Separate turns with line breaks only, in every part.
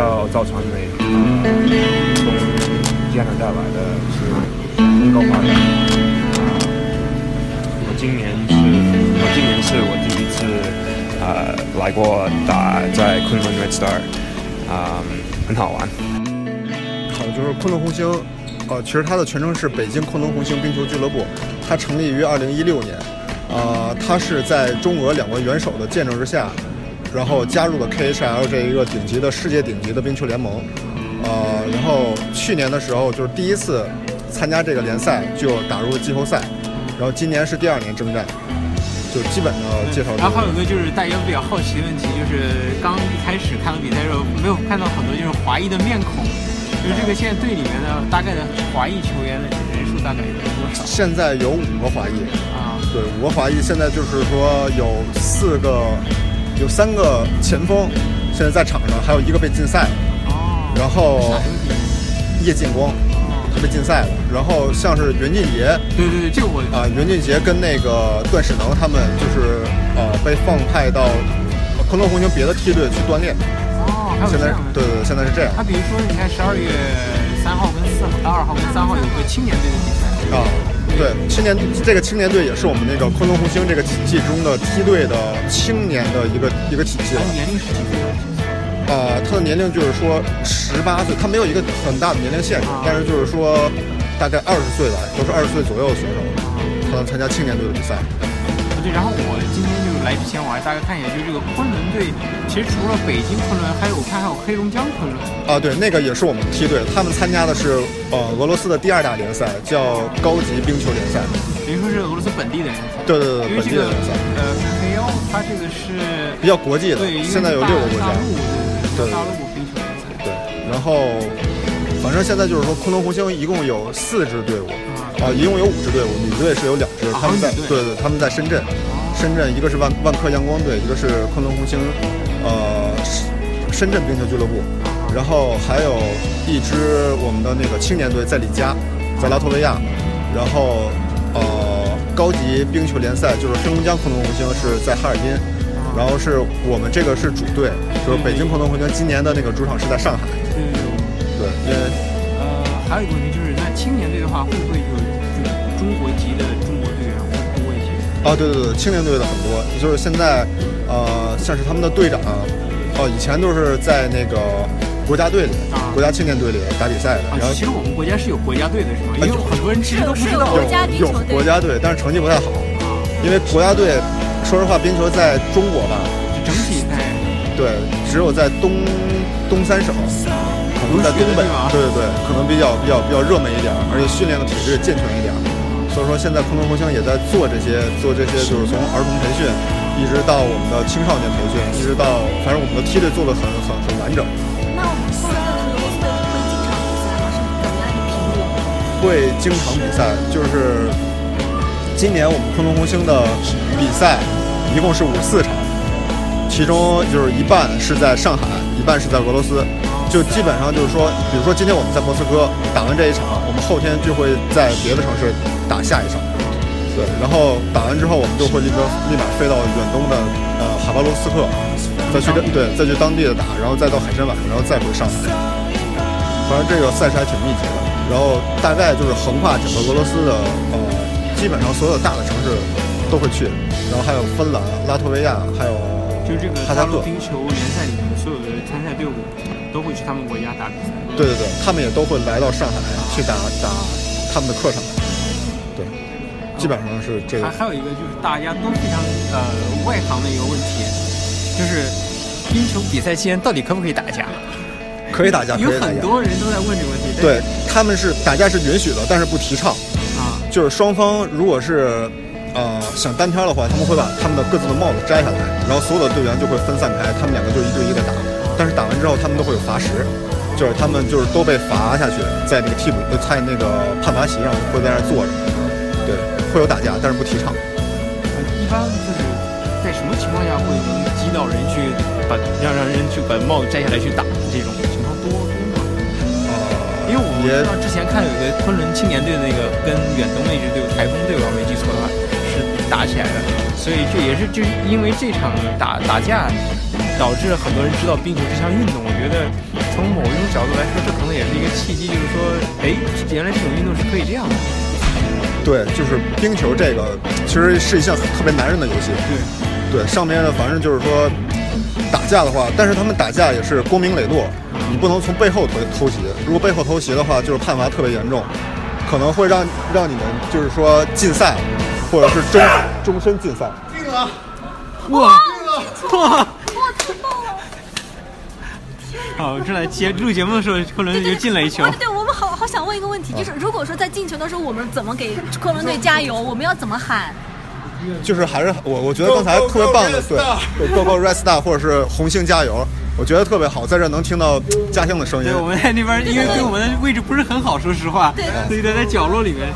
啊造传媒，啊从加拿大来的是很高发展。我今年是，我今年是我第一次啊、来过打在昆仑 Red Star，啊、很好玩。
好，就是昆仑红星，呃，其实它的全称是北京昆仑红星冰球俱乐部，它成立于二零一六年，呃，它是在中俄两国元首的见证之下，然后加入了 KHL 这一个顶级的世界顶级的冰球联盟，呃，然后去年的时候就是第一次参加这个联赛就打入季后赛，然后今年是第二年征战，就基本的介绍这个。
然后嗯还有一个就是大家比较好奇的问题，就是刚一开始看到比赛的时候，没有看到很多就是华裔的面孔，就是这个现在队里面的大概的华裔球员的人数大概有多少
现在有五个华裔，
啊？
对，五个华裔现在就是说有四个，有三个前锋现在在场上，还有一个被禁赛了，
哦，
然后
啥游戏？
叶进光
哦，
他被禁赛了。然后像是袁俊杰
对对对，这个我
啊、袁俊杰跟那个段世能他们就是呃被放派到昆仑红星别的梯队去锻炼，
哦，还有
现
这
在
样的。哦
对对对，现在是这样
他比如说，你看十二月三号跟四号、二号跟三号有个青年队的比赛，
啊。对，青年这个青年队也是我们那个昆仑红星这个体系中的梯队的青年的一个一个体系了。
他年龄是几岁？
呃，他的年龄就是说十八岁，他没有一个很大的年龄限制
啊，
但是就是说大概二十岁吧，都是二十岁左右的选手，他能参加青年队的比赛。
对，然后我今天就是来之前，我还大概看一眼，就是这个昆仑队，其实除了北京昆仑，还有我看还有黑龙江昆仑。
啊，对，那个也是我们梯队，他们参加的是呃俄罗斯的第二大联赛，叫高级冰球联赛。
等于说是俄罗斯本地的人才。
对对对，
因为
本
这
地的
个
联赛
呃 k l 它这个是
比较国际的
对，因，为
现在有
大
六个国家
大。陆
对对
对大陆冰球联赛。
对，然后反正现在就是说昆仑红星一共有四支队伍，啊、一共有五支队伍，女队是有两支，
啊
他们在
还有女队哦
对对，他们在深圳，深圳一个是万万科阳光队，一个是昆仑红星，呃，深圳冰球俱乐部，
啊
然后还有一支我们的那个青年队在李家，在拉脱维亚，然后呃高级冰球联赛就是黑龙江昆仑红星是在哈尔滨。
啊
然后是我们这个是主队，就是北京昆仑红星今年的那个主场是在上海。
对对对。我
对，因为
呃，还有一个问题就是，那青年队的话，会不会有中中国籍的中国队员会多一些？
啊，对对对，青年队的很多，就是现在，呃，像是他们的队长，哦、以前都是在那个国家队里、
啊
国家青年队里打比赛的，
啊
然，后哎
其实我们国家是有国家队的，是吗？因为
有
很多人其实都不知道
有
国家冰球
有
队
国家队，但是成绩不太好，
啊，
因为国家队，说实话，冰球在中国吧，
就整体在
对，只有在东东三省，可能在东北
有雪的地方，
对对对，可能比较比较比较热门一点，而且训练的体制也健全一点。所以说，现在昆仑红星也在做这些，做这些就是从儿童培训，一直到我们的青少年培训，一直到反正我们的梯队做的很很很完整，
那我们后来的俄罗斯队会经常比赛吗？是怎么样去评估？
嗯
会经常比赛。就是今年我们昆仑红星的比赛一共是五十四场，其中就是一半是在上海，一半是在俄罗斯，就基本上就是说，比如说今天我们在莫斯科打完这一场，我们后天就会在别的城市打下一场，对，然后打完之后我们就会立刻立马飞到远东的呃哈巴罗斯克，再去跟对再去当地的打，然后再到海参崴，然后再回上海。反正这个赛事还挺密集的，然后大概就是横跨整个俄罗斯的呃，基本上所有大的城市都会去，然后还有芬兰、拉脱维亚，还有
就是这个
哈
大
萨
陆
克，
冰球联赛里面所有的参赛队伍都会去他们国家打比赛。
对对对，他们也都会来到上海去打打他们的客场，对，基本上是这个
还还有一个就是大家都非常呃外行的一个问题，就是冰球比赛期间到底可不可以打架？
可以打架，可
有
以打
很
架，
多人都在问这个问题。但是
对，他们是打架是允许的，但是不提倡。
啊，
就是双方如果是呃想单挑的话，他们会把他们的各自的帽子摘下来，然后所有的队员就会分散开，他们两个就一对一的打。但是打完之后，他们都会有罚时，就是他们就是都被罚下去，在那个替补呃在那个判罚席上会在那儿坐着，对，会有打架，但是不提倡。
呃一般就是在什么情况下会击到人去把让让人去把帽子摘下来去打这种情况多多吗？因为我
呃也
知道之前看有一个昆仑青年队那个跟远东那支队伍台风队，我要没记错的话是打起来的，所以这也是就是因为这场打打架，导致很多人知道冰球这项运动。我觉得从某一种角度来说，这可能也是一个契机，就是说，哎，原来这种运动是可以这样的。
对，就是冰球这个其实是一项特别男人的游戏。
对，
对，上面的反正就是说打架的话，但是他们打架也是光明磊落，你不能从背后偷偷袭。如果背后偷袭的话，就是判罚特别严重，可能会让让你们就是说禁赛，或者是终终身禁赛。
哇哇！好，我正在接录节目的时候，昆仑就进了一球
对。对，我们好好想问一个问题，就是如果说在进球的时候，我们怎么给科伦队加油？我们要怎么喊？
就是还是我我觉得刚才特别棒的，对对，Go Go Red Star 或者是红星加油，我觉得特别好，在这能听到家乡的声音
对，。我们在那边，因为对我们的位置不是很好，说实话，
对
所以他在角落里面。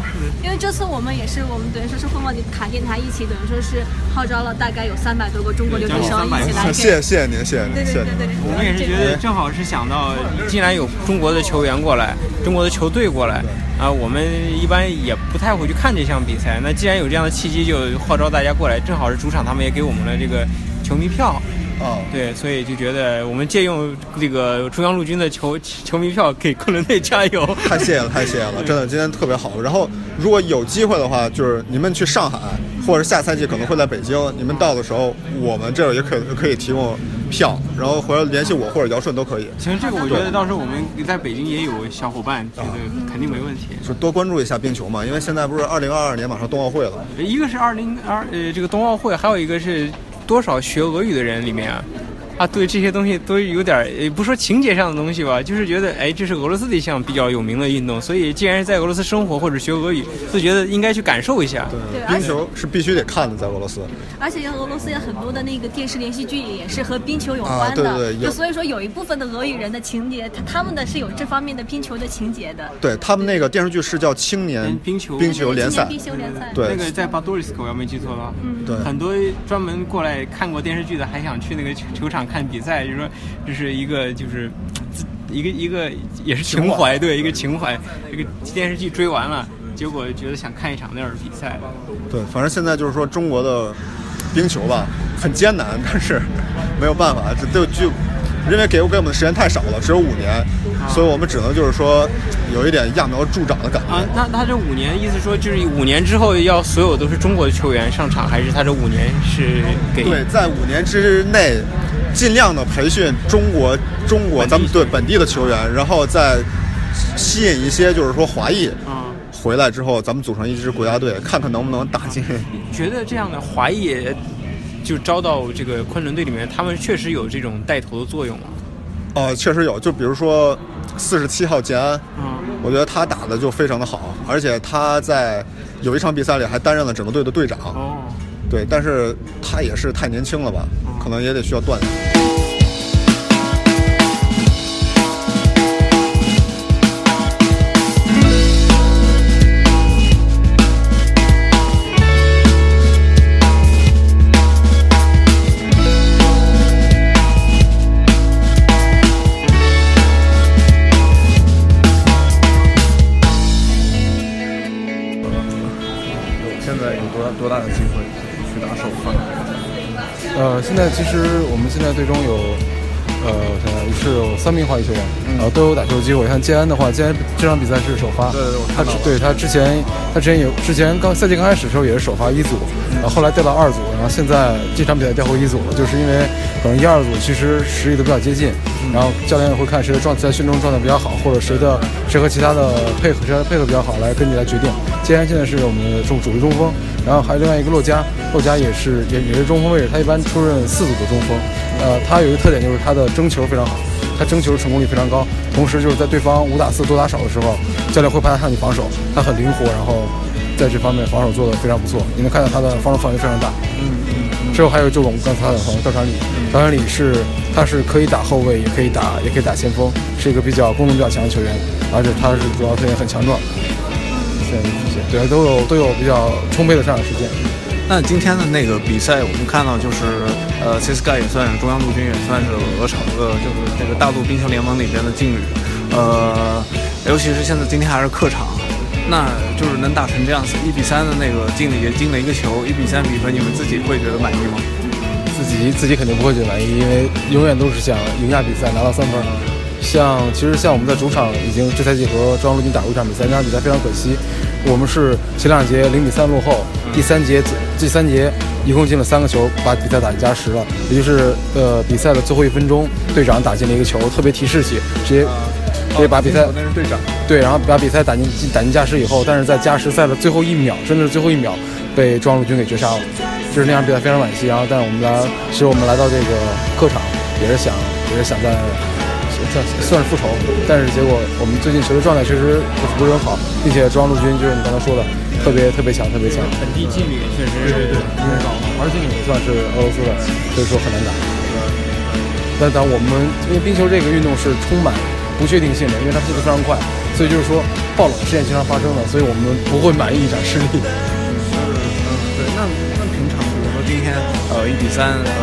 因为这次我们也是，我们等于说是凤凰卡电台一起，等于说是号召了大概有三百多个中国留
嗯
学生一起来给。
谢谢谢谢您，谢谢
对
您，谢
对
谢
对
您。
对对，
我们也是觉得，正好是想到，既然有中国的球员过来，中国的球队过来，啊，我们一般也不太会去看这项比赛。那既然有这样的契机，就号召大家过来，正好是主场，他们也给我们了这个球迷票。
啊，
对，所以就觉得我们借用这个中央陆军的球球迷票给昆仑队加油。
太谢谢了，太谢谢了，真的今天特别好。然后如果有机会的话，就是你们去上海，或者下赛季可能会在北京，你们到的时候，我们这儿也可以可以提供票，然后回来联系我或者姚顺都可以。
其实这个我觉得到时候我们在北京也有小伙伴，这个肯定没问题。
就多关注一下冰球嘛，因为现在不是二零二二年马上冬奥会了，
一个是二零二呃这个冬奥会，还有一个是多少学俄语的人里面啊，啊对这些东西都有点儿呃不说情节上的东西吧，就是觉得哎这是俄罗斯的一项比较有名的运动，所以既然是在俄罗斯生活或者学俄语，就觉得应该去感受一下。
对而
冰
且
球是必须得看的，在俄罗斯。
而且俄罗斯有很多的那个电视连续剧也是和冰球有
啊
关的，
对对对有
就所以说有一部分的俄语人的情节，他他们的是有这方面的冰球的情节的。
对他们那个电视剧是叫《青年
嗯冰球
冰球联赛
今年冰》，球联赛，
对
那个在巴多利斯克，我要没记错的话，
对
很多专门过来看过电视剧的，还想去那个球球场看比赛，就是说这是一个就是自一个一个也是情
情怀
怀，对，一个情怀。这个电视剧追完了，结果觉得想看一场那样的比赛，
对，反正现在就是说中国的冰球吧，很艰难， 但是没有办法，这都就因为给我给我们的时间太少了，只有五年，所以我们只能就是说有一点揠苗助长的感
啊
觉。，
那他这五年意思说就是五年之后要所有都是中国的球员上场，还是他这五年是给
对，在五年之内，尽量的培训中国中国咱们对本地的球员，然后再吸引一些就是说华裔
啊？
回来之后，咱们组成一支国家队，看看能不能打进。
觉得这样的华裔就招到这个昆仑队里面，他们确实有这种带头的作用吗？
呃，确实有，就比如说四十七号建安，
嗯
我觉得他打的就非常的好，而且他在有一场比赛里还担任了整个队的队长。
哦。
对，但是他也是太年轻了吧，可能也得需要锻炼。
现在有多多大的机会去打首发？
呃，现在其实我们现在队中有，呃，我想想是有三名华裔球员，
嗯
然后都有打球机会。像建安的话，建安这场比赛是首发，
对对我看
他
到
之
了
对他之前他之前有之前刚赛季刚开始的时候也是首发一组，
嗯
然后后来调到二组，然后现在这场比赛调回一组了，就是因为可能一二组其实实力都比较接近，然后教练也会看谁的状在训练中状态比较好，或者谁的谁和其他的配合谁的配合比较好来根据来决定。建安现在是我们的中主力中锋，然后还有另外一个洛佳，洛佳也是也也是中锋位置，他一般出任四组的中锋，呃，他有一个特点就是他的争球非常好。他争球成功率非常高，同时就是在对方五打四、多打少的时候，教练会派他上去防守，他很灵活，然后在这方面防守做得非常不错。你能看到他的防守范围非常大。嗯嗯。之后还有就是我们刚才的朋友赵传礼，赵传礼是他是可以打后卫，也可以打也可以打前锋，是一个比较功能比较强的球员，而且他是主要特点很强壮。对对，都有都有比较充沛的上场时间。
那今天的那个比赛，我们看到就是，呃，CSKA 也算是中央陆军，也算是俄朝呃，就是这个大陆冰球联盟里边的劲旅，呃，尤其是现在今天还是客场，那就是能打成这样子，一比三的那个劲旅也进了一个球，一比三比分，你们自己会觉得满意吗？
自己自己肯定不会觉得满意，因为永远都是想赢下比赛，拿到三分。像其实像我们在主场已经这赛季和中央陆军打过一场比赛，那场比赛非常可惜，我们是前两节零比三落后，第三节第三节一共进了三个球，把比赛打进加时了，也就是呃比赛的最后一分钟，队长打进了一个球，特别提士气，直接直接把比赛
那是队长，
对，然后把比赛打进进打进加时以后，但是在加时赛的最后一秒，真的是最后一秒，被中央陆军给绝杀了，就是那场比赛非常惋惜。然后，但是我们来，其实我们来到这个客场，也是想也是想在算算是复仇，但是结果我们最近球队状态确实不是不是很好，并且中央陆军就是你刚才说的，特别特别强，特别强，
本地纪律确实
因为而且也算是俄罗斯的，所以说很难打。呃但但我们因为冰球这个运动是充满不确定性的，因为它速度非常快，所以就是说爆冷的事件经常发生的，所以我们不会满意一场失利。
对，那那平常比如说今天呃一比三，呃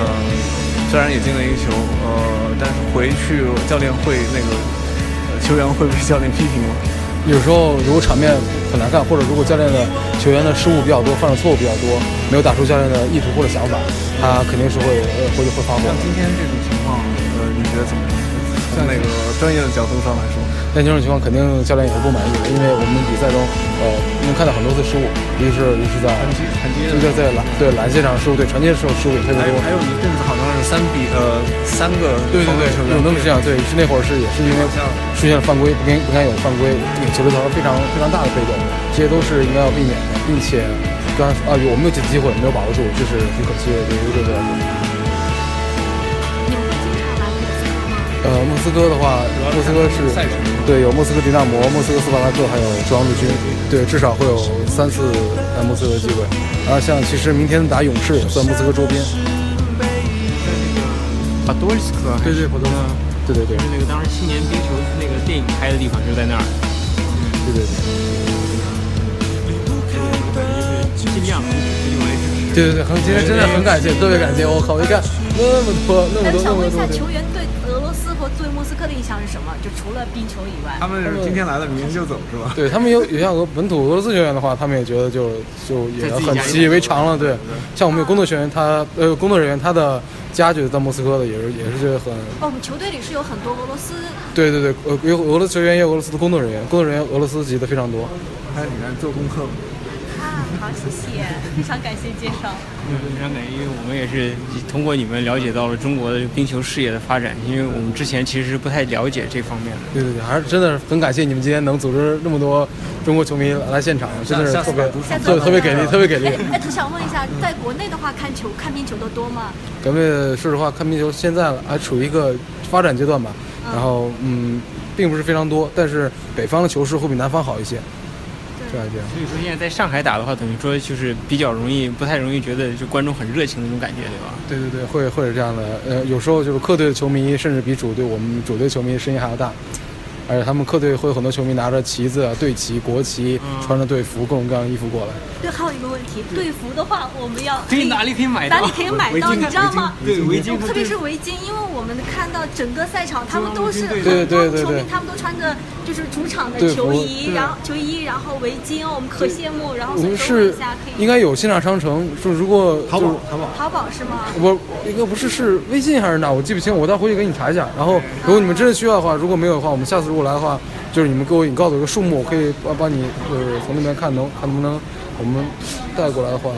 虽然也进了一个球，呃但是回去教练会那个、呃球员会被教练批评吗？
有时候如果场面很难看，或者如果教练的球员的失误比较多，犯的错误比较多，没有打出教练的意图或者想法，他肯定是会呃回去会发火
像
的。
今天这种情况，呃你觉得怎么样？从那个专业的角度上来说。
但这种情况肯定教练也是不满意的，因为我们比赛中呃能看到很多次失误，一个是一个是在一个在篮对篮线上失误，对传接的时候失误也特别
还有
多。
还有一阵子好像是三比呃三个
对对
防卫
对
球，员
有那么这样，对，是那会儿是也是因为出现了犯规，不该不该有犯规，给球队造成非常非常大的被动，这些都是应该要避免的，并且刚才啊，有我们有几次机会没有把握住，这是很可惜的，对于这个
你们会经常来莫斯科吗？
呃莫斯科的话，莫斯科是对有莫斯科迪纳摩、莫斯科斯巴达克，还有中央陆军，对，至少会有三次来莫斯科的机会。然后像其实明天打勇士也算莫斯科周边，
把多斯科
对对，普通，对对对
就是那个当时七年冰球那个电影拍的地方就在那儿，
对对对。
尽量因为
对对对，很今天真的很感谢，特别感谢。我靠，一看那么多那么
那
多那
想
么
问一
多
下，
那么多，
球员对俄罗斯或对莫斯科的印象是什么？就除了冰球 以外
他，们是今天来了，明天就走是吧？
对他们有有像俄本土俄罗斯球员的话，他们也觉得就就
在
也
自己
很
家
习以为常了。对，像我们有工作学员，他呃工作人员他的家就是在莫斯科的，也是也是觉得很
哦，我们球队里是有很多俄罗斯，
对对对，呃有俄罗斯球员，也有俄罗斯的工作人员，工作人员俄罗斯籍的非常多。
哎，你看做功课吗？
啊，好，谢谢，非常感谢介绍。
非常感谢，因为我们也是通过你们了解到了中国的冰球事业的发展，因为我们之前其实是不太了解这方面的。
对对对，还是真的很感谢你们今天能组织那么多中国球迷来来现场，真的是特别
下次
特特别给力，特别给力
哎。哎，他想问一下，在国内的话，看球看冰球的多吗？
咱们说实话，看冰球现在还处于一个发展阶段吧，
嗯
然后嗯，并不是非常多，但是北方的球市会比南方好一些，这
啊
样一点。
所以说现在在上海打的话，等于说就是比较容易，不太容易觉得就观众很热情的那种感觉，对吧？
对对对，会会是这样的。呃，有时候就是客队的球迷甚至比主队我们主队球迷声音还要大，而且他们客队会有很多球迷拿着旗子、啊队旗、国旗，
嗯
穿着队服各种各样的衣服过来。
对，还有一个问题，队服的话，我们要
可以哪里可以买到？
哪里可以买到？你知道吗？
对围巾，
特别是围巾，因为我们看到整个赛场，他们都是
对
对对
很多球迷
对，
他们都穿着就是主场的
队服
球衣，
对
然后球衣，然后围巾，我们可羡慕。然后
我
所以
们
说问
是
一下，可以
应该有线上商城，就如果
淘
就是
宝淘宝，
淘宝是吗？
我应该不是是微信还是哪，我记不清，我到回去给你查一下。然后如果你们真的需要的话，如果没有的话，我们下次如果来的话，就是你们给我你告诉我一个数目，我可以帮帮你呃从那边看能看能不能我们带过来的话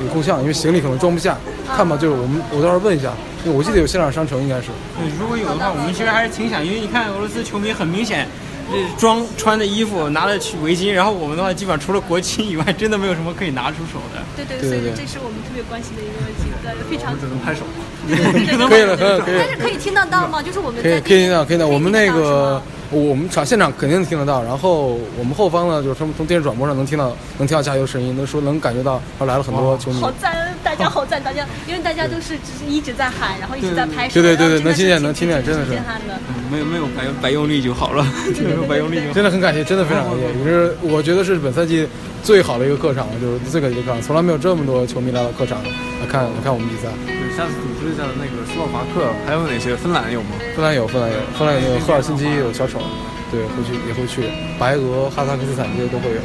有够呛，因为行李可能装不下。看吧，就是我们我到时候问一下，因为我记得有现场商城应该是。
对，如果有的话，我们其实还是挺想，因为你看俄罗斯球迷很明显，这装穿的衣服拿的去围巾，然后我们的话基本上除了国旗以外，真的没有什么可以拿出手的。
对对，
对
所以
对
说这是我们特别关心的一个问题，对，非常只能拍手。
可以了可以了可以了
但是可以听得到吗？就是我们
可以
在
可以听到，可以听
到
到。我们那个
是吗
我们场现场肯定听得到，然后我们后方呢，就是从从电视转播上能听到能听到加油声音，能说能感觉到来了很多哦球迷。
好赞，大家好赞，大家，因为大家都是只是一直在喊，然后一直在拍手，
对对对对
然后真的是
能
挺
听见能听见真的是
挺震撼的。
嗯没有没有白白用力就好了，没有白用力就好。
真的很感谢，真的非常感谢。也是我觉得是本赛季最好的一个客场，就是最感谢的客场，从来没有这么多球迷来到客场来看来看我们比赛。
对，下次组织一下那个斯洛伐克，还有哪些芬兰有吗？
芬兰有芬兰有芬兰有赫尔辛基有小丑，对，会去也会去，白俄、哈萨克斯坦这些都会有。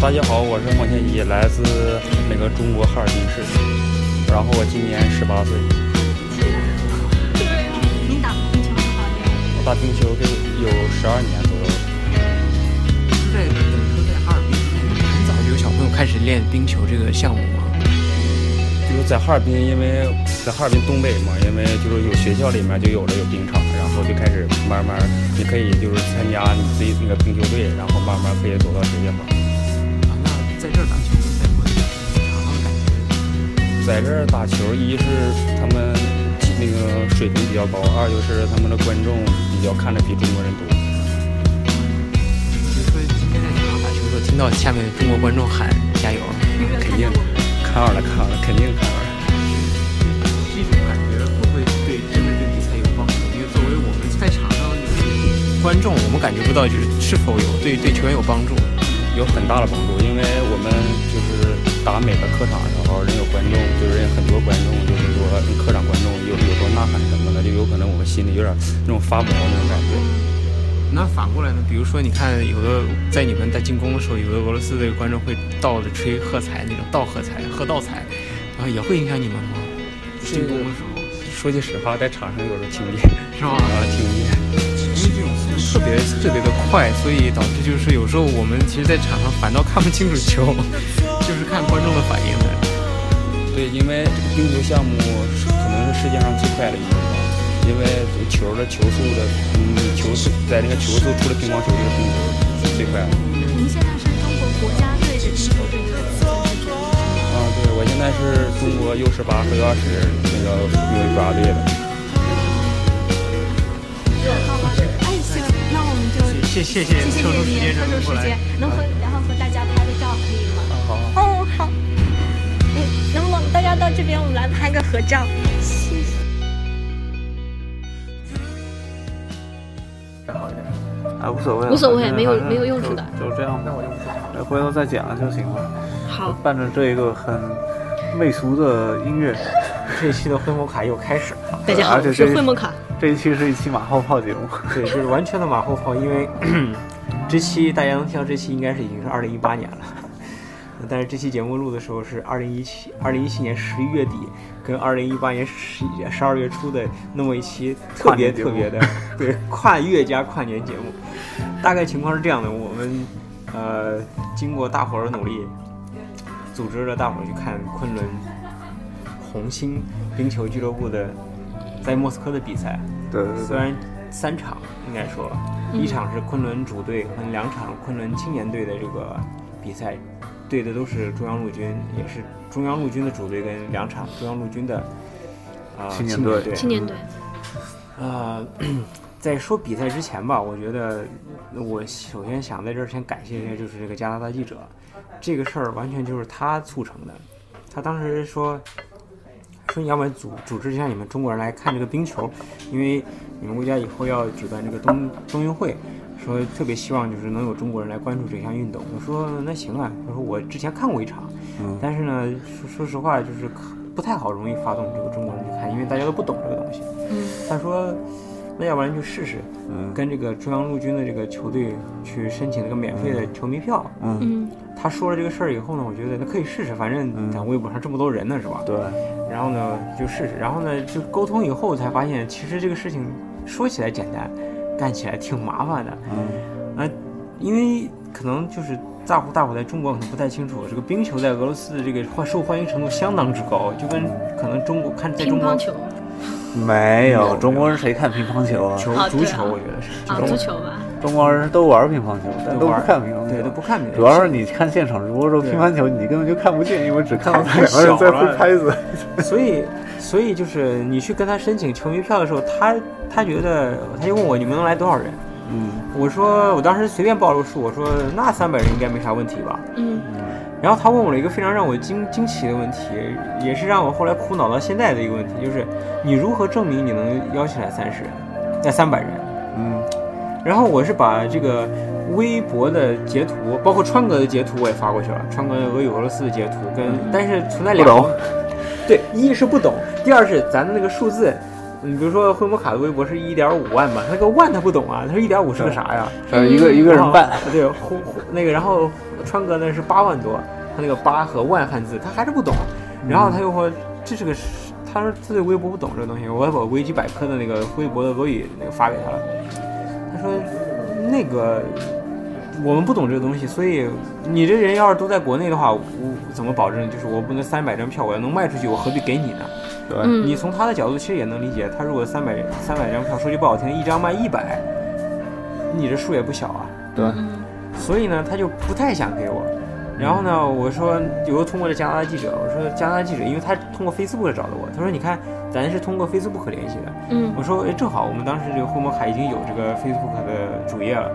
大家好，我是孟天一，来自那个中国哈尔滨市，然后我今年十八岁，
您打冰球的话，
我打冰球跟有十二年左右了。
在说在哈尔滨很早就有小朋友开始练冰球这个项目吗？
就是在哈尔滨，因为在哈尔滨东北嘛，因为就是有学校里面就有了有冰场，然后就开始慢慢，你可以就是参加你自己那个冰球队，然后慢慢可以走到职业化。
啊，那在这儿打球跟在国内打好感觉
在这儿打球，一是他们那个水平比较高，二就是他们的观众比较看的比中国人多。
比如说今天在球场打球的时候，听到下面中国观众喊加油，
远远
肯
看
定
着我们，
看好了，看好了，肯定看好了。
这种感觉会不会对真的对比赛有帮助？因为作为我们在场上的观众，我们感觉不到就是是否有对对球员有帮助。
有很大的帮助，因为我们就是打每个客场的时候，人有观众，就是人很多观众，就是说嗯客场观众有有时候呐喊什么的，就有可能我们心里有点那种发毛那种感觉。
那反过来呢？比如说，你看有的在你们在进攻的时候，有的俄罗斯的观众会倒着吹喝彩，那种倒喝彩、喝倒彩，然后也会影响你们吗？进攻的时候
说句实话，在场上有时候听不见，
是吧？
啊，听不见。
特别特别的快，所以导致就是有时候我们其实，在场上反倒看不清楚球， 就是看观众的反应的。
对，因为这个冰球项目是可能是世界上最快的一个吧，因为球的球速的，嗯，球速在那个球速除了乒乓球就是冰球是最快的。
您现在是中国国家队的冰球队的主力
啊，对，我现在是中国 U 十八和 U 二十那个 U 八队的。
好老师，哎，行，那我们就
谢谢谢
谢谢
抽出时
您
间
抽
让您
出
过
时
来
间，，能和然后和大家拍个照可以吗？
好。
哦，好。嗯，能不能大家到这边，我们来拍个合照？谢谢。
哎，无所谓了，
无所谓没有
反正
没有用处的
就就这样吧。哎回头再剪了就行了。
好，
伴着这一个很媚俗的音乐，
这一期的灰摩卡又开始了。
大家好，
而且
我
这
是惠梦卡。
这一期是一期马后炮节目。
对，就是完全的马后炮，因为 这期大家能听到这期应该是已经是二零一八年了，但是这期节目录的时候是二零一七二零一七年十一月底跟二零一八年十一十二月初的那么一期特别特别 的对跨越加跨年节目，大概情况是这样的，我们呃经过大伙儿的努力，组织了大伙儿去看昆仑红星冰球俱乐部的在莫斯科的比赛。
对对对，
虽然三场应该说，一场是昆仑主队和两场昆仑青年队的这个比赛，对的都是中央陆军，也是中央陆军的主队跟两场中央陆军的啊、呃
青
青
年队
年队。
青年队，
呃，在说比赛之前吧，我觉得我首先想在这儿先感谢一下，就是这个加拿大记者，这个事儿完全就是他促成的。他当时说说，要不然组组织一下你们中国人来看这个冰球，因为你们国家以后要举办这个冬冬运会，说特别希望就是能有中国人来关注这项运动。我说那行啊，他说我之前看过一场，但是呢，说说实话就是可不太好，容易发动这个中国人去看，因为大家都不懂这个东西。他说，那要不然就试试，
嗯
跟这个中央陆军的这个球队去申请那个免费的球迷票。
嗯，
他说了这个事儿以后呢，我觉得那可以试试，反正在微博上这么多人呢，是吧？
对，
然后呢就试试，然后呢就沟通以后才发现，其实这个事情说起来简单，干起来挺麻烦的。嗯，啊，因为可能就是大伙大伙在中国可能不太清楚，这个冰球在俄罗斯的这个欢受欢迎程度相当之高，就跟可能中国看在
乒
中国
乓球
没有中国人谁看乒乓球啊？
球
啊
足
对
球，
啊
我觉得是
啊，足球吧，
中国人都玩乒乓球，但
都
都不
玩
看乒乓球，
对都不看比赛，
主要是你看现场，如果说乒乓球，你根本就看不见，因为只看到两个人在挥拍子。
所以，所以就是你去跟他申请球迷票的时候，他他觉得他就问我你们能来多少人？
嗯，
我说我当时随便报了个数，我说那三百人应该没啥问题吧。
嗯，
然后他问我了一个非常让我惊惊奇的问题，也是让我后来苦恼到现在的一个问题，就是你如何证明你能邀请来三十人，那三百人？
嗯，
然后我是把这个微博的截图，包括川哥的截图我也发过去了，川哥俄语俄罗斯的截图跟，但是存在
嗯
两
不懂
个，对，一是不懂，第二是咱的那个数字，你比如说惠摩卡的微博是一点五万吧，那个万他不懂啊，他说一点五是个啥呀？
呃，一个一个人办，
对，呼呼那个，然后川哥呢是八万多，他那个八和万汉字他还是不懂，然后他又说这是个是，他说他对微博不懂这个东西，我还把维基百科的那个微博的俄语那个发给他了，他说那个我们不懂这个东西，所以你这人要是都在国内的话，我怎么保证就是我不能三百张票我要能卖出去，我何必给你呢？
对
嗯
你从他的角度其实也能理解，他如果三百三百张票，说句不好听，一张卖一百，你这数也不小啊。
对
嗯
所以呢，他就不太想给我。然后呢，我说有个通过了加拿大记者，我说加拿大记者，因为他通过 Facebook 找的我，他说你看咱是通过 Facebook 联系的，
嗯
我说，哎，正好我们当时这个互摩卡已经有这个 Facebook 的主页了。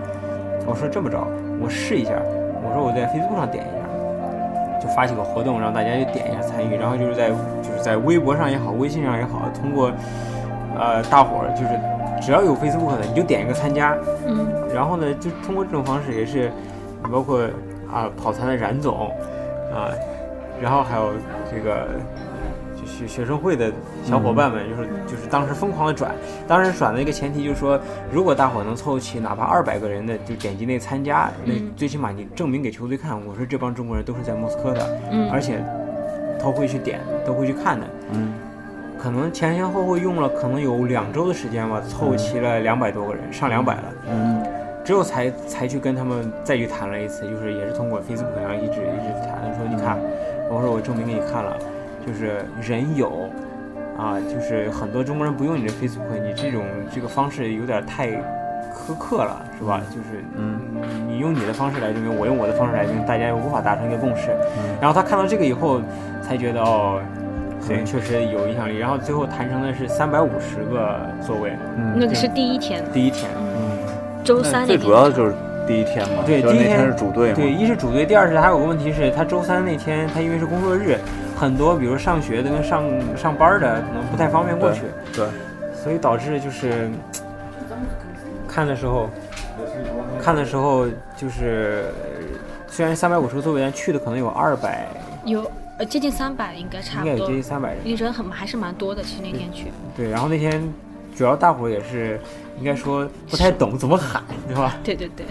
我说这么着，我试一下。我说我在 Facebook 上点一下，就发起个活动，让大家去点一下参与。然后就是在就是在微博上也好，微信上也好，通过呃大伙儿就是只要有 Facebook 的，你就点一个参加。
嗯
然后呢，就通过这种方式也是，包括啊跑团的冉总啊，然后还有这个就学学生会的小伙伴
嗯
们，就是就是当时疯狂的转，当时转的一个前提就是说，如果大伙能凑齐哪怕二百个人的就点击那参加，那
嗯
最起码你证明给球队看，我说这帮中国人都是在莫斯科的，而
嗯，
且都会去点，都会去看的。
嗯，
可能前前后后用了可能有两周的时间吧，
嗯
凑齐了两百多个人，上两百了。
嗯，
之后才才去跟他们再去谈了一次，就是也是通过 Facebook 上一直一直谈，说你看，我说我证明给你看了，就是人有，啊，就是很多中国人不用你的 Facebook，你这种这个方式有点太苛刻了，是吧？就是
嗯
你用你的方式来证明，我用我的方式来证明，大家又无法达成一个共识。
嗯
然后他看到这个以后，才觉得哦。可能确实有影响力，然后最后谈成的是三百五十个座位，
那个是第一天，
第一天，
周三那
最
天。
主要的就是第一天嘛，
对
就是
第
那
一天
天是主队嘛，
对，一是主队，第二是还有个问题是，他周三那天他因为是工作日，很多比如上学的跟上上班的可能不太方便过去，
对
所以导致就是
嗯
看的时候，看的时候就是虽然三百五十个座位，但去的可能有二百，
有呃接近三百，应该
应
差不
该有
多
接。近三百人。
因为人很还是蛮多的，其实那天去，
对，然后那天主要大伙儿也是应该说不太懂怎么喊，对吧？
对对对。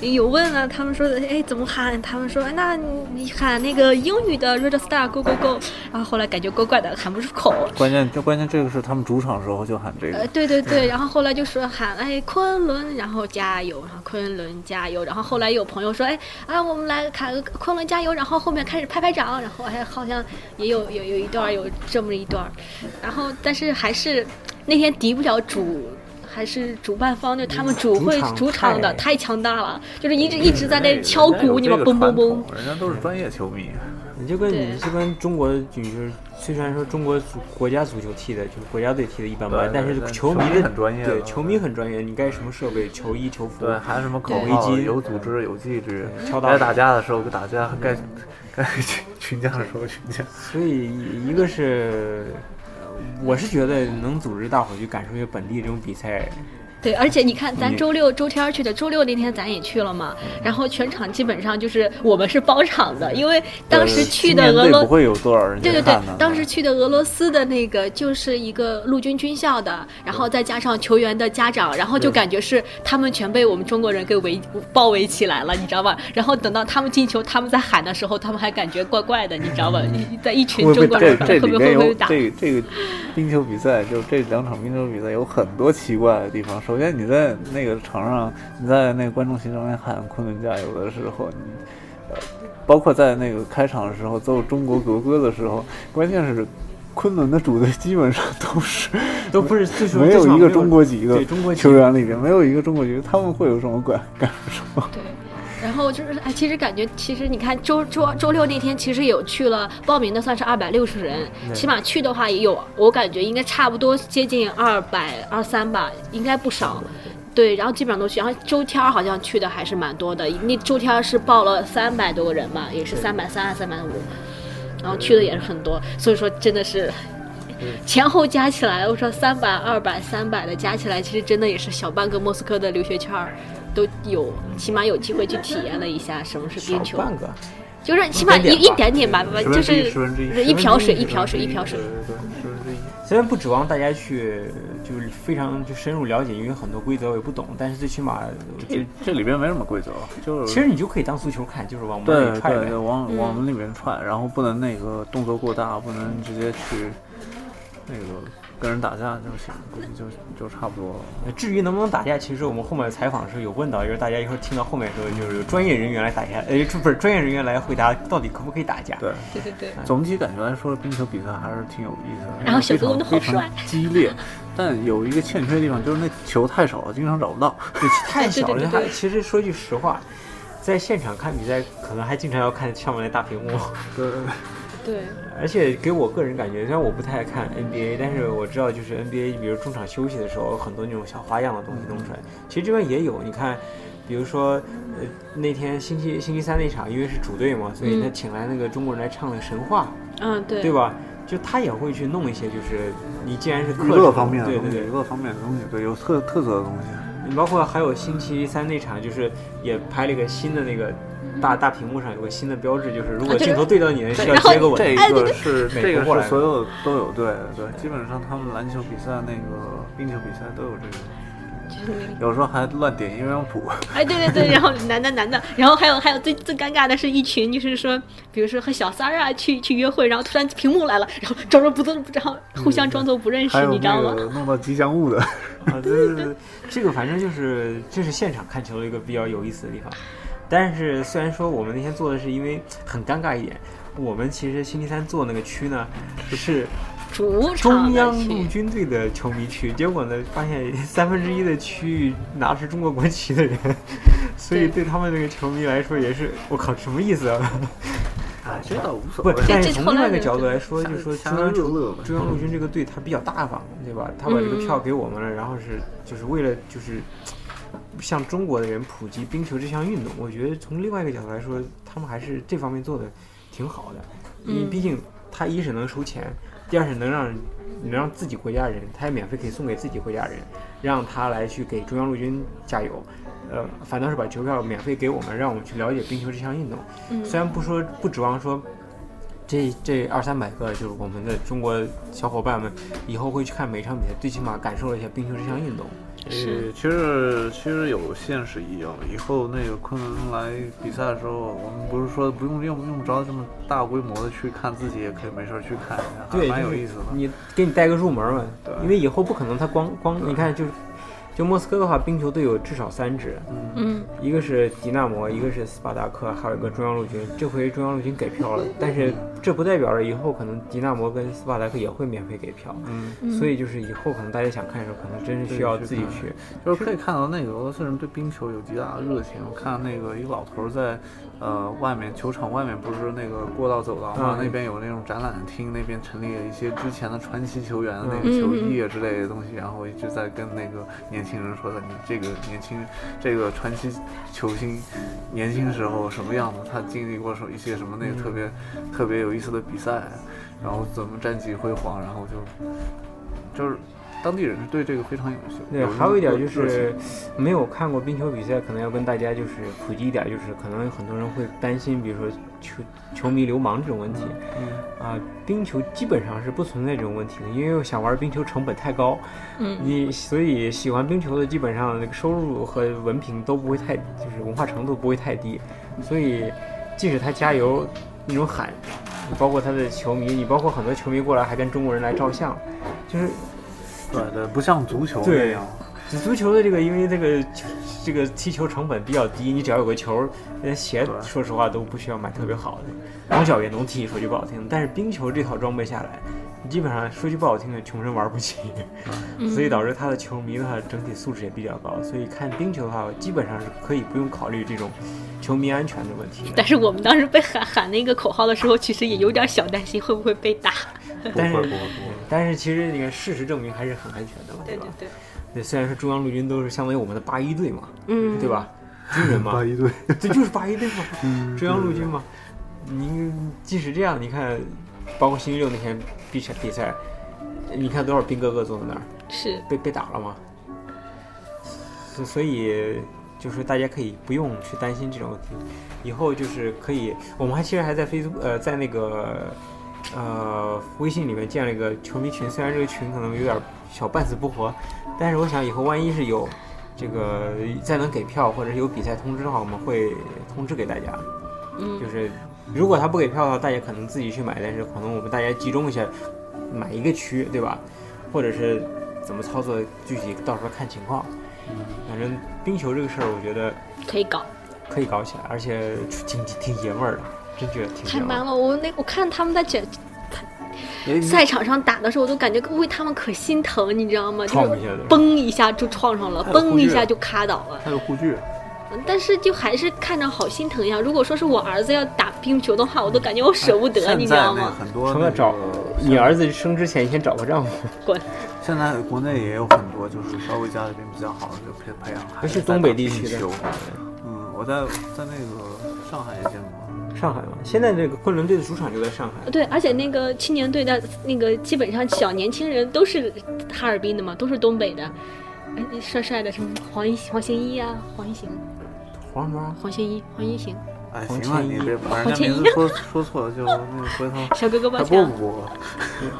有问啊，他们说的，哎，怎么喊？他们说，哎那你喊那个英语的 Red Star Go Go Go，然后后来感觉怪怪的，喊不出口。
关键关键这个是他们主场时候就喊这
呃，
个，嗯
对对对，然后后来就说喊哎昆仑，然后加油，然后昆仑加油，然后后来有朋友说哎啊我们来卡个昆仑加油，然后后面开始拍拍掌，然后哎好像也有有有一段儿有这么一段儿，然后但是还是那天敌不了主。还是主办方，就
嗯
他们主
主
会
场
主场的
太
太强大了，就是一直一直在那敲
人家有
鼓，你们
呃这
嘣
个
嘣
传
嘣
统，，人家都是专业球迷，
你就跟
对
你就跟中国就是虽然说中国足国家足球踢的就是国家队踢的一般般
对，
但是
对
球迷
球迷
的
很专业
对
了
球迷很专业，你该什么设备，球衣球服，
对，
嗯
还有什么口
对
号，
围巾
有组织有纪律，
敲打
该打架的时候打架，该
嗯
该群架的时候群架，
所以一个是。呃我是觉得能组织大伙儿去感受一下本地这种比赛，
对，而且你看，咱
嗯
周六、周天儿去的，周六那天咱也去了嘛，
嗯
然后全场基本上就是我们是包场的，因为当
呃
时去的
青年
俄
队
罗
不会有多少人
对
去
对对
看的，
当时去的俄罗斯的那个就是一个陆军军校的，然后再加上球员的家长，然后就感觉是他们全被我们中国人给围包围起来了，你知道吧？然后等到他们进球，他们在喊的时候，他们还感觉怪怪的，你知道吧？
嗯
一在一群中国
这
人
这
会
里
不
边
会
有
被打？
这这个冰球比赛，就这两场冰球比赛有很多奇怪的地方。首先你在那个场上，你在那个观众席上面喊“昆仑加油”的时候，你呃，包括在那个开场的时候奏中国国歌的时候，关键是昆仑的主队基本上都是
都不是最少
没有一个中国籍
对
的
中国籍
球员里边，没有一个中国籍，他们会有什么感感受？
对，然后就是哎，其实感觉其实你看周周周六那天其实有去了报名的，算是二百六十人，起码去的话也有，我感觉应该差不多接近二百二三吧，应该不少。对，然后基本上都去，然后周天儿好像去的还是蛮多的，那周天儿是报了三百多个人吧，也是三百三、三百五，然后去的也是很多，所以说真的是前后加起来，我说三百、二百、三百的加起来，其实真的也是小半个莫斯科的留学圈儿都有，起码有机会去体验了一下什么是
少
冰球，
半个，
就是起码一
一
一
点
点点吧，
十分
就
之一
是
十分之一
一瓢水，一瓢
十
水，
分之
一瓢水
对。对对，十分之一。虽然不指望大家去就是非常就深入了解，因为很多规则我也不懂，但是最起码我就
这这里边没什么规则，就
其
是
实你就可以当足球看，就是往门
对
里踹
对
呗
对，。往
嗯
往那边踹，然后不能那个动作过大，不能直接去那个跟人打架就行，估计就就差不多了。
呃至于能不能打架，其实我们后面采访的时候有问到，就是大家一会儿听到后面的时候，就是有专业人员来打架，呃，不是专业人员来回答到底可不可以打架。
对，
对对对，
总体感觉来说，冰球比赛还是挺有意思的。
然后小
非
哥
常
们都好
非常
帅
激烈，但有一个欠缺的地方就是那球太少了，经常找不到。
对，太小
对对
了。
对
还其实说句实话，在现场看比赛，可能还经常要看上面那大屏幕。
对，
对，
而且给我个人感觉，虽然我不太爱看 NBA，但是我知道就是 NBA，比如中场休息的时候，很多那种小花样的东西弄出
嗯
来。其实这边也有，你看，比如说，呃，那天星期星期三那场，因为是主队嘛，所以他
嗯
请来那个中国人来唱那个《神话》
嗯对，
对吧？就他也会去弄一些，就是你既然是客
娱乐
场
方面的
对
东
对
西，
对
娱，乐方面的东西，对，有特特色的东西。
你包括还有星期三那场，就是也拍了一个新的那个大大屏幕上有个新的标志，就是如果
嗯啊这个
镜头对到你，
对
需要
然后哎
接个吻。
这个是
美
这
国过
个
来
是
的
所有都有对对，基本上他们篮球比赛、那个冰球比赛都有这个，
就是那个。
有时候还乱点音乐谱。
嗯 哎，对对对，然后男的男的，然后还有还有最最尴尬的是一群就是说，比如说和小三儿啊去去约会，然后突然屏幕来了，然后装作不都然后互相装作不认识
还，有
你知道
那
吗？
个弄到吉祥物的，
啊，对对对，这个反正就是这是现场看球的一个比较有意思的地方。但是虽然说我们那天做的是因为很尴尬一点，我们其实星期三做那个区呢是
主场
中
的
央陆
去，
军队的球迷区，结果呢发 现三分之一的区域拿的是中国国旗的人，所以对
对
他们那个球迷来说也是 我靠什么意 思啊？
哎，这倒无所
不
谓
是，。但是
这
从
后
另
来
外一个
就
角度
是
来说，
瞎
就是说
瞎
中央
乐乐吧
中央陆军这个队他比较大方，对
嗯
吧？他把这个票给我们了，然后是就是为了就是向中国的人普及冰球这项运动。我觉得从另外一个角度来说，他们还是这方面做的挺好的，因为
嗯
毕竟他一是能收钱，第二是能让能让自己国家人，他也免费可以送给自己国家人，让他来去给中央陆军加油。呃，反倒是把球票免费给我们，让我们去了解冰球这项运动。
嗯
虽然不说不指望说这这二三百个就是我们的中国小伙伴们以后会去看每一场比赛，最起码感受了一下冰球这项运动。
是
呃，其实其实有现实意义哦。以后那个昆仑来比赛的时候，我们不是说不用用用不着这么大规模的去看，自己也可以没事儿去看一下，还啊
对，
蛮
就
有
是
意思的。
你给你带个入门嘛，
对
因为以后不可能他光光你看就是就莫斯科的话，冰球队有至少三支，
嗯，
一个是迪纳摩，一个是斯巴达克，还有一个中央陆军。这回中央陆军给票了，但是这不代表着以后可能迪纳摩跟斯巴达克也会免费给票。
嗯，
所以就是以后可能大家想看的时候，可能真是需要自己
自己
去。
就是可以看到那个俄罗斯人对冰球有极大的热情。我看那个一个老头儿在，呃，外面球场外面不是那个过道走廊嘛，
嗯
那边有那种展览厅，那边陈列了一些之前的传奇球员的那
嗯
个球衣啊之类的东西，然后我一直在跟那个年轻人说的，你这个年轻这个传奇球星年轻时候什么样子，他经历过什么一些什么那个特别、特别有意思的比赛，然后怎么战绩辉煌，然后就就是。当地人是对这个非常有兴
对，还有一点就是，没有看过冰球比赛，可能要跟大家就是普及一点，就是可能很多人会担心，比如说球球迷流氓这种问题。啊、冰球基本上是不存在这种问题的，因为想玩冰球成本太高。
嗯
你所以喜欢冰球的，基本上那个收入和文凭都不会太，就是文化程度不会太低。所以，即使他加油那种喊，你包括他的球迷，你包括很多球迷过来还跟中国人来照相，就是
对对，不像足球
对
那样。
足球的这个，因为这个这个踢球成本比较低，你只要有个球，连鞋
对
说实话都不需要买特别好的，光脚也能踢。说句不好听，但是冰球这套装备下来，你基本上说句不好听的，穷人玩不起，所以导致他的球迷的话整体素质也比较高，所以看冰球的话，基本上是可以不用考虑这种球迷安全的问题的。
但是我们当时被喊喊那个口号的时候，其实也有点小担心会不会被打。
但是但是其实你看，事实证明还是很安全的嘛，
对
吧
对？对，
对，虽然说中央陆军都是相当于我们的八一队嘛，
嗯，
对吧？军人嘛，
八一队，
这就是八一队嘛，中央陆军嘛。你即使这样，你看，包括星期六那天比赛比赛，你看多少兵哥哥坐在那儿
是
被被打了吗？所所以就是大家可以不用去担心这种问题。以后就是可以，我们还其实还在 Facebook 呃，在那个呃微信里面建了一个球迷群，虽然这个群可能有点小半死不活，但是我想以后万一是有这个再能给票或者是有比赛通知的话，我们会通知给大家。
嗯
就是如果他不给票的话，大家可能自己去买，但是可能我们大家集中一下，买一个区，对吧？或者是怎么操作，具体到时候看情况。反正冰球这个事儿，我觉得
可以搞。
可以搞起来，而且挺挺挺爷们儿的，真觉得挺
太
爷们
难
儿。
了，我那我看他们在卷
哎
赛场上打的时候，我都感觉为他们可心疼，你知道吗？就
创
是
一下的，
嘣一下就撞上了，
还有忽
嘣一
略
下就卡倒了。
还有护具，
但是就还是看着好心疼呀。如果说是我儿子要打冰球的话，我都感觉我舍不
哎
得，
现
你知
在
道
那
吗？
很多
成
那
了
个
找你儿子生之前，先找个丈夫。
现在国内也有很多就是稍微家里边比较好的就培培养孩
还
子
是
在
东北
打
地
乒
区的
球嗯，我在在那个上海也见过，
上海嘛，现在这个昆仑队的主场就在上海。
对，而且那个青年队的那个基本上小年轻人都是呃哈尔滨的嘛，都是东北的，哎，帅帅的什么黄一黄兴一啊，黄一行、
黄什么？
黄兴一、黄一行，
哎，
黄
行了，
千
你
一
别把人
黄
家
千
名
一
字说说错了，就那个回头
小哥哥抱
还
歉
播
啊
不。播？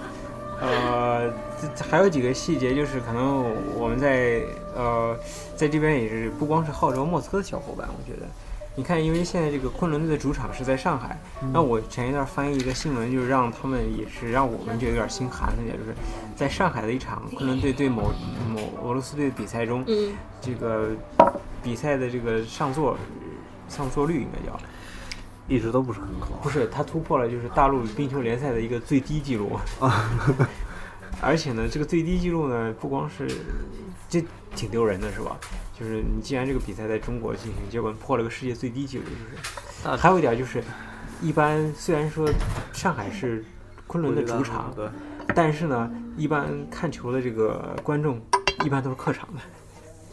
呃，这这还有几个细节，就是可能我们在呃，在这边也是不光是号召莫斯科的小伙伴，我觉得，你看，因为现在这个昆仑队的主场是在上海，那我前一段翻译一个新闻，就是让他们也是让我们觉得有点心寒的一点，就是在上海的一场昆仑队对某某俄罗斯队的比赛中，
嗯，
这个比赛的这个上座上座率应该叫
一直都不是很高，
不是，它突破了就是大陆冰球联赛的一个最低记录 啊！而且呢，这个最低记录呢，不光是这挺丢人的，是吧？就是你既然这个比赛在中国进行，结果破了个世界最低记录，就是。还有一点就是，一般虽然说上海是昆
我
仑的
觉得
主场，
对，
但是呢，一般看球的这个观众一般都是客场的，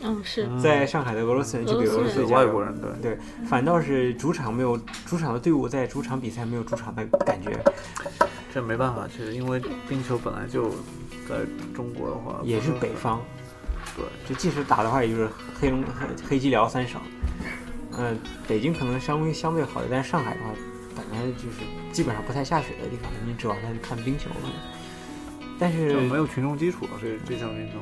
嗯是，
在上海的俄罗斯人就给俄罗斯
对
队加
外
油
国人对。
对，反倒是主场没有主场的队伍在主场比赛没有主场的感觉，
这没办法，其实因为冰球本来就在中国的话
也是北方，
对，
就即使打的话，也就是黑龙、黑黑吉辽三省。嗯、北京可能相对相对好一点，但是上海的话，本来就是基本上不太下雪的地方，你指望它去看冰球可能。但是
就没有群众基础这这项运动，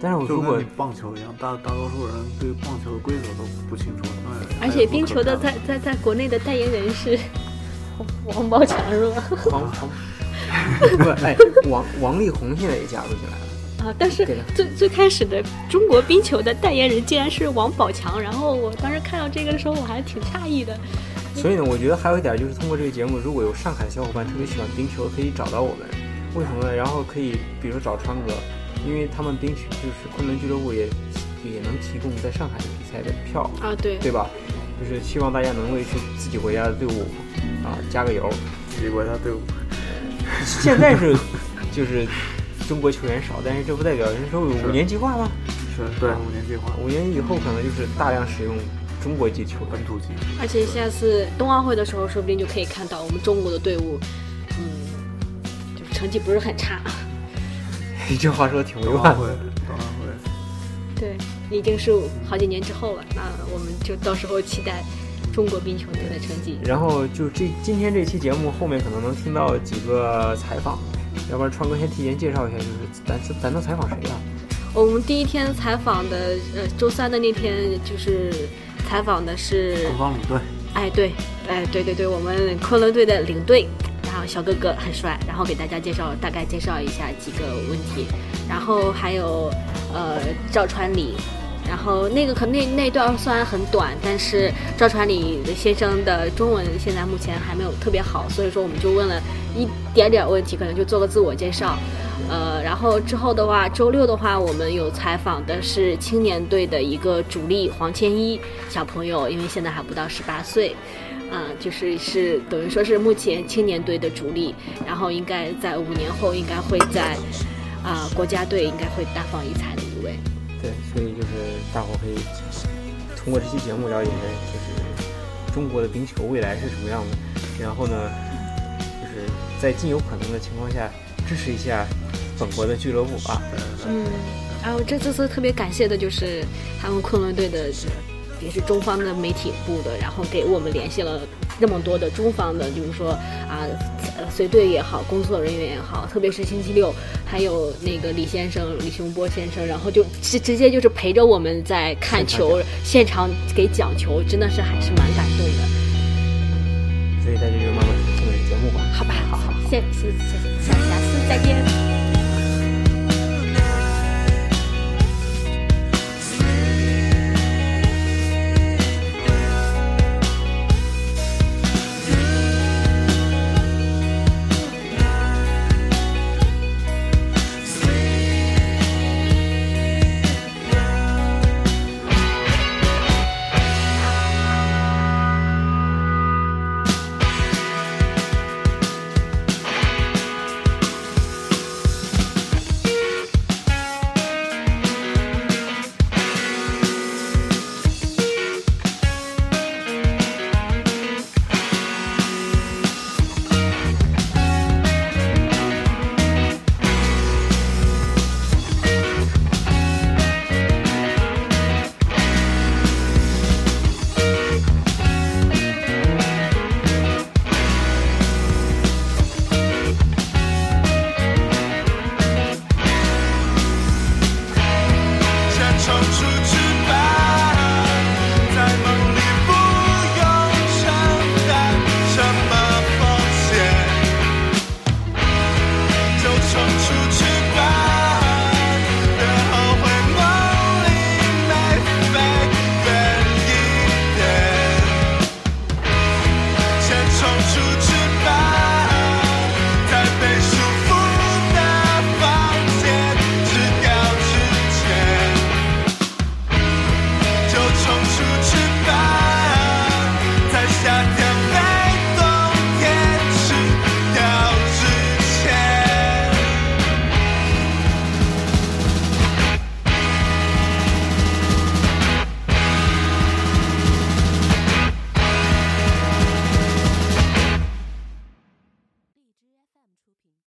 但是我
就
如
跟
果
你棒球一样，大大多数人对棒球的规则都不清楚。当然
而且冰球的在在在国内的代言人是 王王宝强是吧？
王王不哎王王力宏现在也加入进来了，
啊，但是
对的
最最开始的中国冰球的代言人竟然是王宝强，然后我当时看到这个的时候，我还挺诧异的。
所以呢，我觉得还有一点就是通过这个节目，如果有上海的小伙伴特别喜欢冰球，可以找到我们。为什么呢？然后可以比如说找川哥，因为他们冰球就是昆仑俱乐部也也能提供在上海的比赛的票，
啊，对，
对吧？就是希望大家能为自己国家的队伍啊加个油。
自己国家队伍，
现在是就是中国球员少，但是这不代表人说有五年计划吗？
是对五年计划，
五年以后可能就是大量使用中国籍球员
本。土级
而且下次冬奥会的时候，说不定就可以看到我们中国的队伍，嗯，就是成绩不是很差，
你 这话说的挺委
冬
婉
奥
的。
会，冬奥会，
对， 已经是好几年之后了，那我们就到时候期待中国冰球队的成绩。
然后就这今天这期节目后面可能能听到几个采访，要不然川哥先提前介绍一下，就是咱咱都采访谁啊了？
我们第一天采访的，呃，周三的那天就是采访的是
国防领队，
哎，对，哎，对对对，我们昆仑队的领队，然后小哥哥很帅，然后给大家介绍，大概介绍一下几个问题，然后还有呃赵传礼，然后那个可那那段虽然很短，但是赵传礼先生的中文现在目前还没有特别好，所以说我们就问了一点点问题，可能就做个自我介绍。呃，然后之后的话，周六的话，我们有采访的是青年队的一个主力黄千一小朋友，因为现在还不到十八岁，嗯、就是是等于说是目前青年队的主力，然后应该在五年后应该会在啊、国家队应该会大放异彩的一位。
对，所以就是大伙可以通过这期节目了解一下，就是中国的冰球未来是什么样的。然后呢，就是在尽有可能的情况下支持一下本国的俱乐部啊。
嗯，然后这这次特别感谢的就是他们昆仑队的也是中方的媒体部的，然后给我们联系了那么多的中方的，就是说啊，呃随队也好，工作人员也好，特别是星期六，还有那个李先生、李雄波先生，然后就直直接就是陪着我们在看球，现场给讲球，真的是还是蛮感动的。
所以在这就慢慢结尾节目吧。
好吧，
好好。
下下下下次再见。
想冲出去吧，在梦里不用承担什么风险，就冲出去